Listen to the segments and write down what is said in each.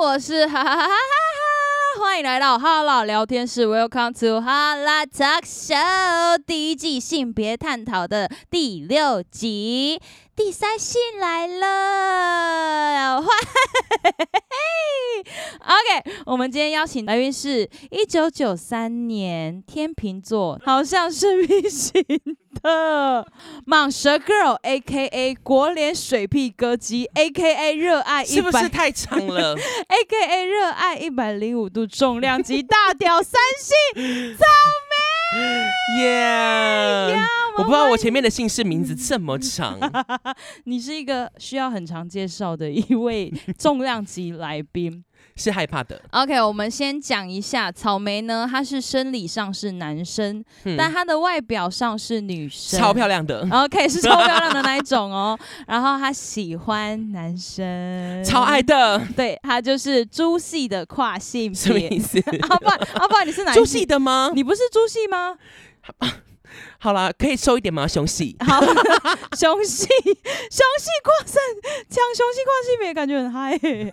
我是哈哈哈哈哈哈，欢迎来到哈拉聊天室，Welcome to 哈拉 Talk Show 第一季性别探讨的第六集，第三性来了，欢 OK，我们今天邀请来宾是一九九三年天秤座，好像是 V 型的蟒蛇 Girl A.K.A 国联水屁歌姬 A.K.A 热爱哎一是不百是太长 了？A K A 热爱一百零五度重量级大屌三星， 耶！嗯我不知道我前面的姓氏名字这么长，你是一个需要很常介绍的一 位重量级来宾。是害怕的。 OK，我们先讲一下草莓呢，他是生理上是男生，嗯但他的外表上是嗯女生，超漂亮的，亮，OK 是超漂亮的那一种哦。 然后他喜欢男生，超爱，的，对他就是猪系的跨性什么别意。 思？ 阿爸，阿爸，你是哪一猪系？的吗？啊你不是猪系吗？好啦，可以瘦一点吗？熊系好， 雄系雄系跨性，讲雄系跨性别感觉很嗨 欸、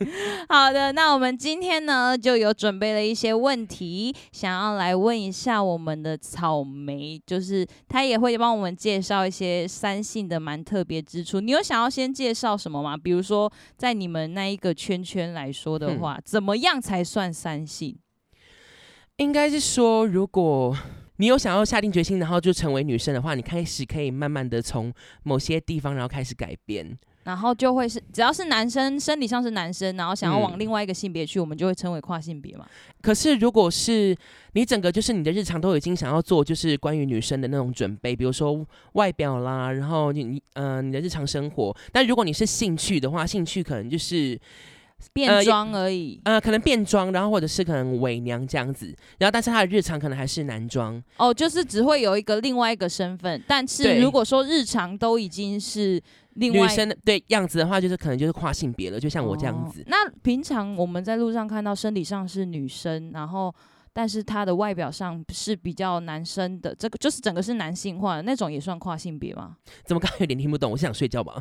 好的，那我们今天呢就有准备了一些问题，想要来问一下我们的草莓，就是他也会帮我们介绍一些三性的蛮特别之处。你有想要先介绍什么吗？比如说在你们那一个圈圈来说的嗯话，怎么样才算三性？应该是说，如果你有想要下定决心，然后就成为女生的话，你开始可以慢慢的从某些地方，然后开始改变。然后就会是，只要是男生，生理上是男生，然后想要往嗯另外一个性别去，我们就会称为跨性别嘛。可是，如果是你整个就是你的日常都已经想要做，就是关于女生的那种准备，比如说外表啦，然后你你呃你的日常生活。但如果你是兴趣的话，兴趣可能就是变呃装而已。呃可能变装，然后或者是可能伪娘这样子。然后，但是他的日常可能还是男装，哦，就是只会有一个另外一个身份，但是对如果说日常都已经是另女外生的对样子的话，就是可能就是跨性别了，就像我这样子哦。那平常我们在路上看到生理上是女生，然后但是她的外表上是比较男生的，这个就是整个是男性化的那种，也算跨性别 吗？怎么刚才有点听不懂？我是想睡觉吧。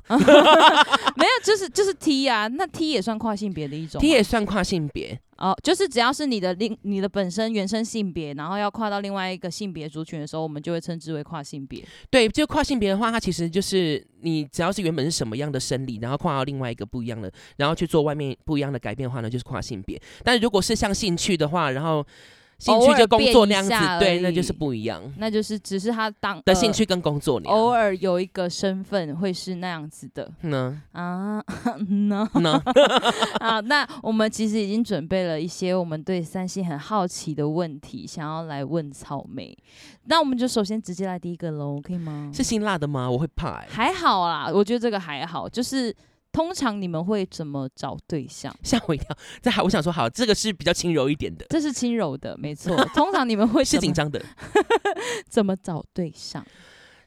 没有，就是就是 T 啊，那 T 也算跨性别的一种吗。 T 也算跨性别，哦，就是只要是你的另你的本身原生性别，然后要跨到另外一个性别族群的时候，我们就会称之为跨性别。对，就跨性别的话，它其实就是你只要是原本是什么样的生理，然后跨到另外一个不一样的，然后去做外面不一样的改变的话呢，就是跨性别。但如果是像兴趣的话，然后兴偶趣尔就工作那样变一下子，对，而那就是已不一样那就是只是他当的呃兴趣跟工作那偶样。尔有一个身份会是那样子的呢啊 ，no 呢，啊，那我们其实已经准备了一些我们对三星很好奇的问题，想要来问草莓。那我们就首先直接来第一个喽，可以吗？是辛辣的吗？我会怕、欸。还好啦，我觉得这个还好，就是通常你们会怎么找对象？吓我一跳！这还我想说，好，这个是比较轻柔一点的，这是轻柔的，没 错。通常你们会是怎紧么张的。怎么找对象？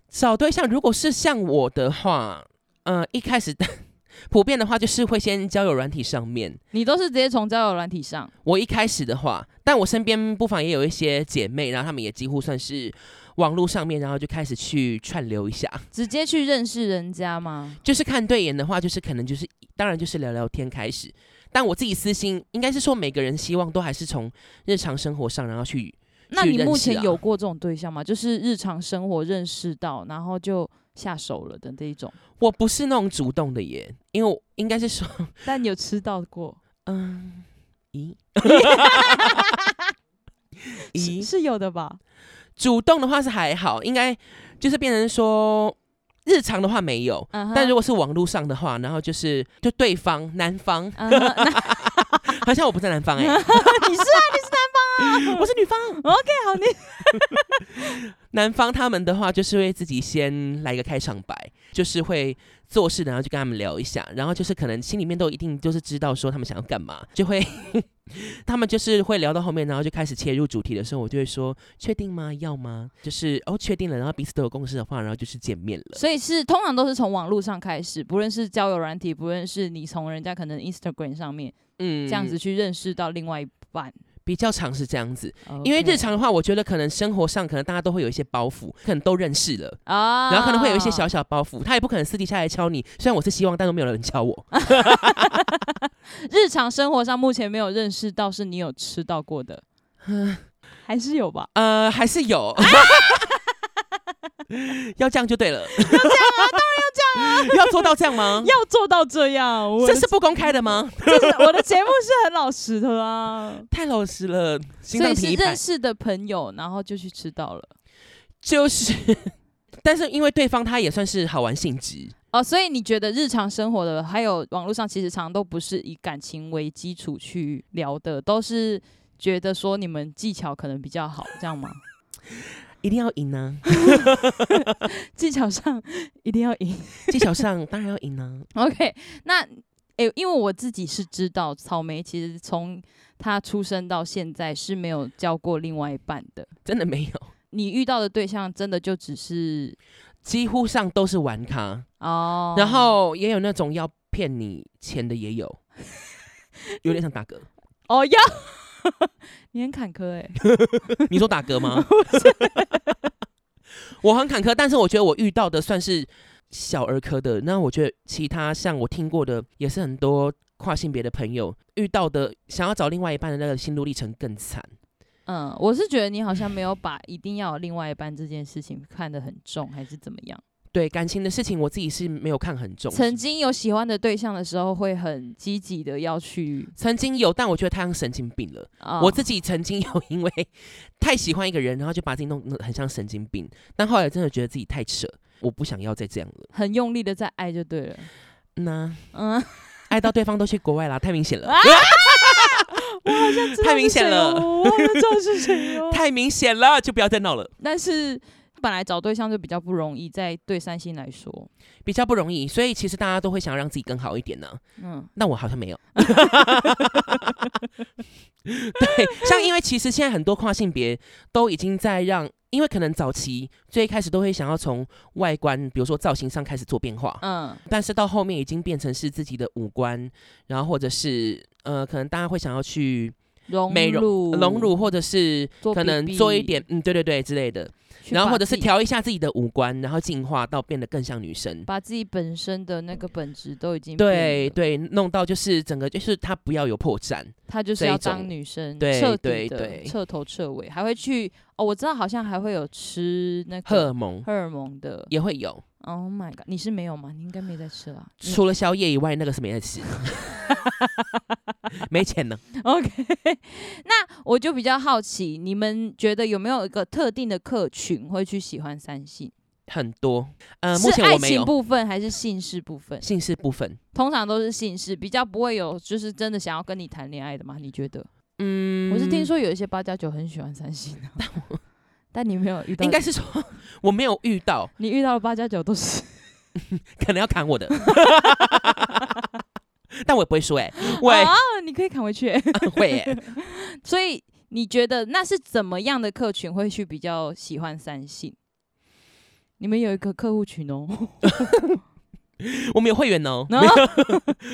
找对象，如果是像我的话，呃，一开始 普遍的话就是会先交友软体上面，你都是直接从交友软体上，我一开始的话，但我身边不妨也有一些姐妹，然后她们也几乎算是网络上面，然后就开始去串流一下，直接去认识人家吗？就是看对眼的话，就是可能就是当然就是聊聊天开始。但我自己私心应该是说，每个人希望都还是从日常生活上，然后去那去你认目识前啊有过这种对象吗？就是日常生活认识到，然后就下手了的这一种，我不是那种主动的耶，因为我应该是说， 但你有吃到过？嗯，咦， 是咦，是有的吧？主动的话是还好，应该就是变成说日常的话没有，嗯但如果，果是网络上的话，然后就是就对方男方 嗯 哼，那好像我不是男方哎、你是啊，我是女方。 OK，好，你男方他们的话就是会自己先来一个开场白，就是会做事，然后就跟他们聊一下，然后就是可能心里面都一定就是知道说他们想要干嘛， 就会他们就是会聊到后面，然后就开始切入主题的时候，我就会说确定吗？要吗？就是哦确定了，然后彼此都有共识的话，然后就是见面了。所以是通常都是从网络上开始，不论是交友软体，不论是你从人家可能 Instagram 上面嗯这样子去认识到另外一半，比较常是这样子，因为日常的话，我觉得可能生活上可能大家都会有一些包袱，可能都认识了。啊，然后可能会有一些啊小小包袱，他也不可能私底下来敲你。虽然我是希望，但都没有人敲我。日常生活上目前没有认识到是你有吃到过的，还是有吧？呃，还是 有，要这样就对了，要这样啊，当然要这样啊，要做到这样吗？要做到这样，我这是不公开的吗？这是我的节目是很老实的啊，太老实了， 心所脏以平是一认拍，识的朋友，然后就去吃到了。就是， 但是因为对方他也算是好玩性质，哦，所以你觉得日常生活的还有网络上，其实常常都不是以感情为基础去聊的，都是觉得说你们技巧可能比较好，这样 吗？一定要赢啊呢、技巧上一定要 赢。技巧上当然要赢啊呢、 OK，那诶、因为我自己是知道草莓其实从她出生到现在是没有交过另外一半的，真的没有，你遇到的对象真的就只是几乎上都是玩咖，哦，然后也有那种要骗你钱的也 有，有点像打嗝。哦要。 你很坎坷哎、你说打嗝 吗？我很坎坷，但是我觉得我遇到的算是小儿科的。那我觉得其他像我听过的，也是很多跨性别的朋友遇到的，想要找另外一半的那个心路历程更惨。嗯，我是觉得你好像没有把一定要有另外一半这件事情看得很重，还是怎么样？对感情的事情，我自己是没有看很重。曾经有喜欢的对象的时候，会很积极的要去。曾经有，但我觉得他像神经病了。啊我自己曾经有因为太喜欢一个人，然后就把自己弄得很像神经病，但后来真的觉得自己太扯，我不想要再这样了。很用力的在爱就对 了。那嗯， 爱到对方都去国外啦，太明显 了。啊太明显了哦我忘了知道是谁 哦。太明显了，就不要再闹了，但是本来找对象就比较不容易，在对三星来说，比较不容易。所以其实大家都会想要让自己更好一点呢、嗯，那我好像没 有。对，像因为其实现在很多跨性别都已经在让，因为可能早期最开始都会想要从外观，比如说造型上开始做变化，嗯，但是到后面已经变成是自己的五官，然后或者是呃，可能大家会想要去呃荣美容辱隆乳，或者是做可能 BB 做一，点，嗯，对对对之类的。去然后把或者是自己调一下自己的五官，然后进化到变得更像女生。把自己本身的那个本质都已经变对了对，弄到就是整个就是她不要有破绽，她就是这要一当种女生，对彻底对的对彻头彻尾，还会去哦，我知道好像还会有吃那荷个尔蒙荷尔蒙的。也会有。 Oh my god，你是没有吗？你应该没在吃啦。你除了宵夜以外，那个是没在吃，没钱呢。 OK，那我就比较好奇，你们觉得有没有一个特定的客群会去喜欢三性？很多，呃，目是前爱我没情有部分还是性事部分？姓氏部分。通常都是性事，比较不会有就是真的想要跟你谈恋爱的嘛？你觉得？嗯，我是听说有一些八加九很喜欢三性的、但你没有遇到，嗯应该是说我没有遇到，你遇到的八加九都是可能要 砍我的，但我也不会说哎、喂， 哦，你可以砍回去。会、欸，所以你觉得那是怎么样的客群会去比较喜欢三性？你们有一个客户群哦， 我们有会员哦，然后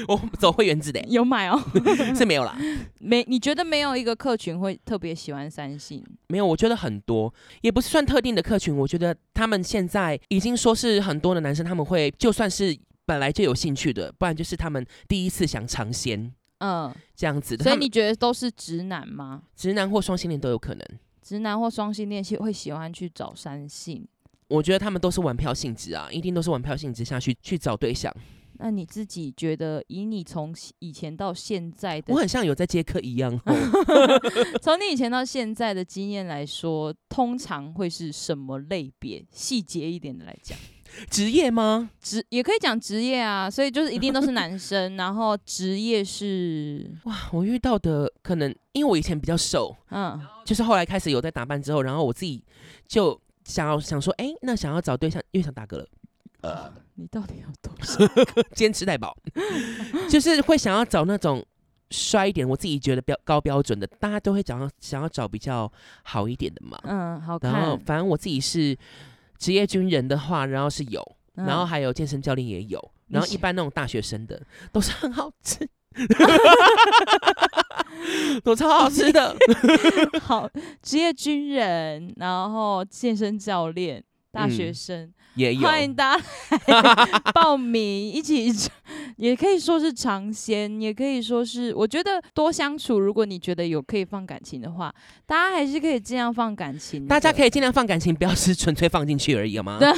我哦走会员制的、欸有买哦， 是没有啦。没？你觉得没有一个客群会特别喜欢三性？没有，我觉得很多，也不是算特定的客群。我觉得他们现在已经说是很多的男生，他们会就算是本来就有兴趣的，不然就是他们第一次想尝鲜嗯，这样子的。所以他们你觉得都是直男吗？直男或双性恋都有可能。直男或双性恋是会喜欢去找三性？我觉得他们都是玩票性质啊，一定都是玩票性质下去去找对象。那你自己觉得，以你从以前到现在的我很像有在接客一样哦、 从你以前到现在的经验来说，通常会是什么类别？细节一点的来讲，职业吗？职也可以讲职业啊，所以就是一定都是男生，然后职业是哇，我遇到的可能因为我以前比较瘦，嗯就是后来开始有在打扮之后，然后我自己就想要想说，哎、那想要找对象又想打嗝了。你到底有多少？坚持太饱， 就是会想要找那种帅一点，我自己觉得标高标准的，大家都会想要想要找比较好一点的嘛。 嗯，好然后看。反正我自己是职业军人的话，然后是有，嗯然后还有健身教练也有，你然后喜一般那种大学生的都是很好 吃。都超好吃 的，好，职业军人，然后健身教练，大学嗯生，也有 欢迎大家来报名，一起也可以说是尝鲜，也可以说是，我觉得多相处，如果你觉得有可以放感情的话，大家还是可以尽量放感情的。大家可以尽量放感情，不要是纯粹放进去而已，好吗？对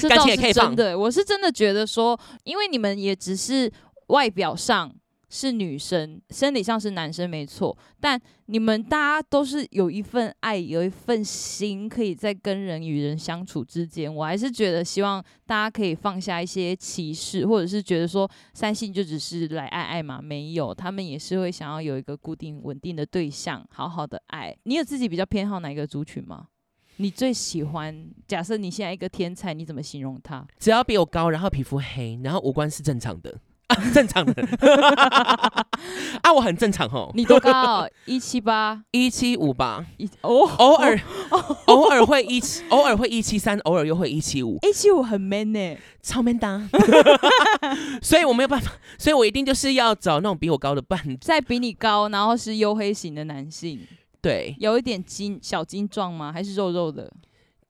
这感倒情是也可以真放的，我是真的觉得说，因为你们也只是外表上是女生，生理上是男生没错，但你们大家都是有一份爱，有一份心，可以在跟人与人相处之间，我还是觉得希望大家可以放下一些歧视，或者是觉得说三性就只是来爱爱嘛，没有，他们也是会想要有一个固定稳定的对象，好好的爱。你有自己比较偏好哪一个族群吗？你最喜欢？假设你现在一个天才，你怎么形容他？只要比我高，然后皮肤黑，然后五官是正常的。 啊，正常的 啊，我很正常哦，你多高？一七八一七五吧，一哦，偶尔偶尔会一七，偶尔会一七三，偶尔又会一七五，一七五很 man 呢、超 man 的啊， 所以我没有办法，所以我一定就是要找那种比我高的伴。再比你高，然后是黝黑型的男性，对，有一点精小精壮吗？还是肉肉的？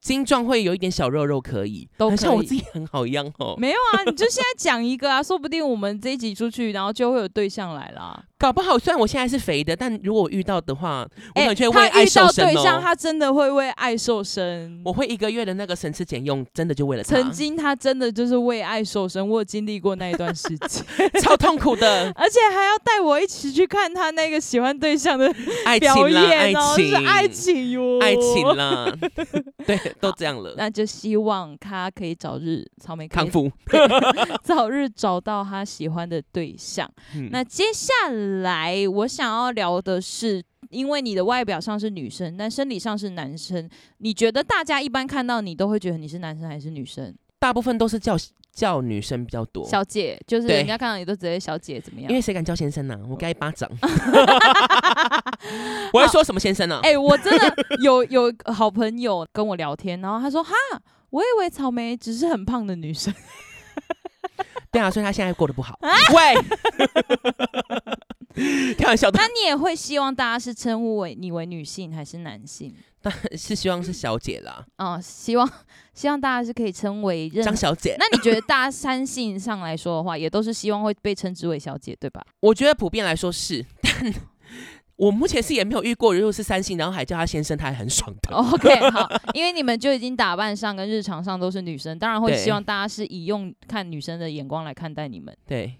精壮会有一点小肉肉可以，都很像可我以自己很好一样哦。没有啊，你就现在讲一个啊，说不定我们这一集出去，然后就会有对象来啦。搞不好虽然我现在是肥的，但如果我遇到的话，我可能就会为他爱遇瘦到身对象，哦。哎他真的会为爱瘦身。我啊会一个月的那个省吃俭用，真的就为了他曾，经他真的就是为爱瘦身，我有经历过那一段时间。 超痛苦的而且还要带我一起去看他那个喜欢对象的爱情表啦，演哦，爱情，是爱，情哟，爱情。 啦，对，都这样了，那就希望他可以早日草莓可康以复。 早日找到他喜欢的对象。嗯那接下来我想要聊的是，因为你的外表上是女生，但生理上是男生，你觉得大家一般看到你都会觉得你是男生还是女生？大部分都是叫叫女生比较多，小啊姐，就是哦对人家看到你都直接小姐怎么样因？为谁敢叫先生啊呢、我该一巴 掌。我会说什么先生呢、啊哎、我真的有有好朋友跟我聊天，然后他说哈，我以为草莓只是很胖的女生，对啊，所以他现在过得不好。 喂，开玩笑的那，你也会希望大家是称呼为你为女性还是男性？是希望是小姐啦，啊、希望 希望大家是可以称为任张。小姐。嗯 那你觉得大家三性上来说的话，也都是希望会被称之为小姐，对吧？我觉得普遍来说是， 但我目前是也没有遇过，如果是三星，然后还叫他先生，他还很爽的。哦 OK，好， 因为你们就已经打扮上跟日常上都是女生，当然会对希望大家是以用看女生的眼光来看待你们。对，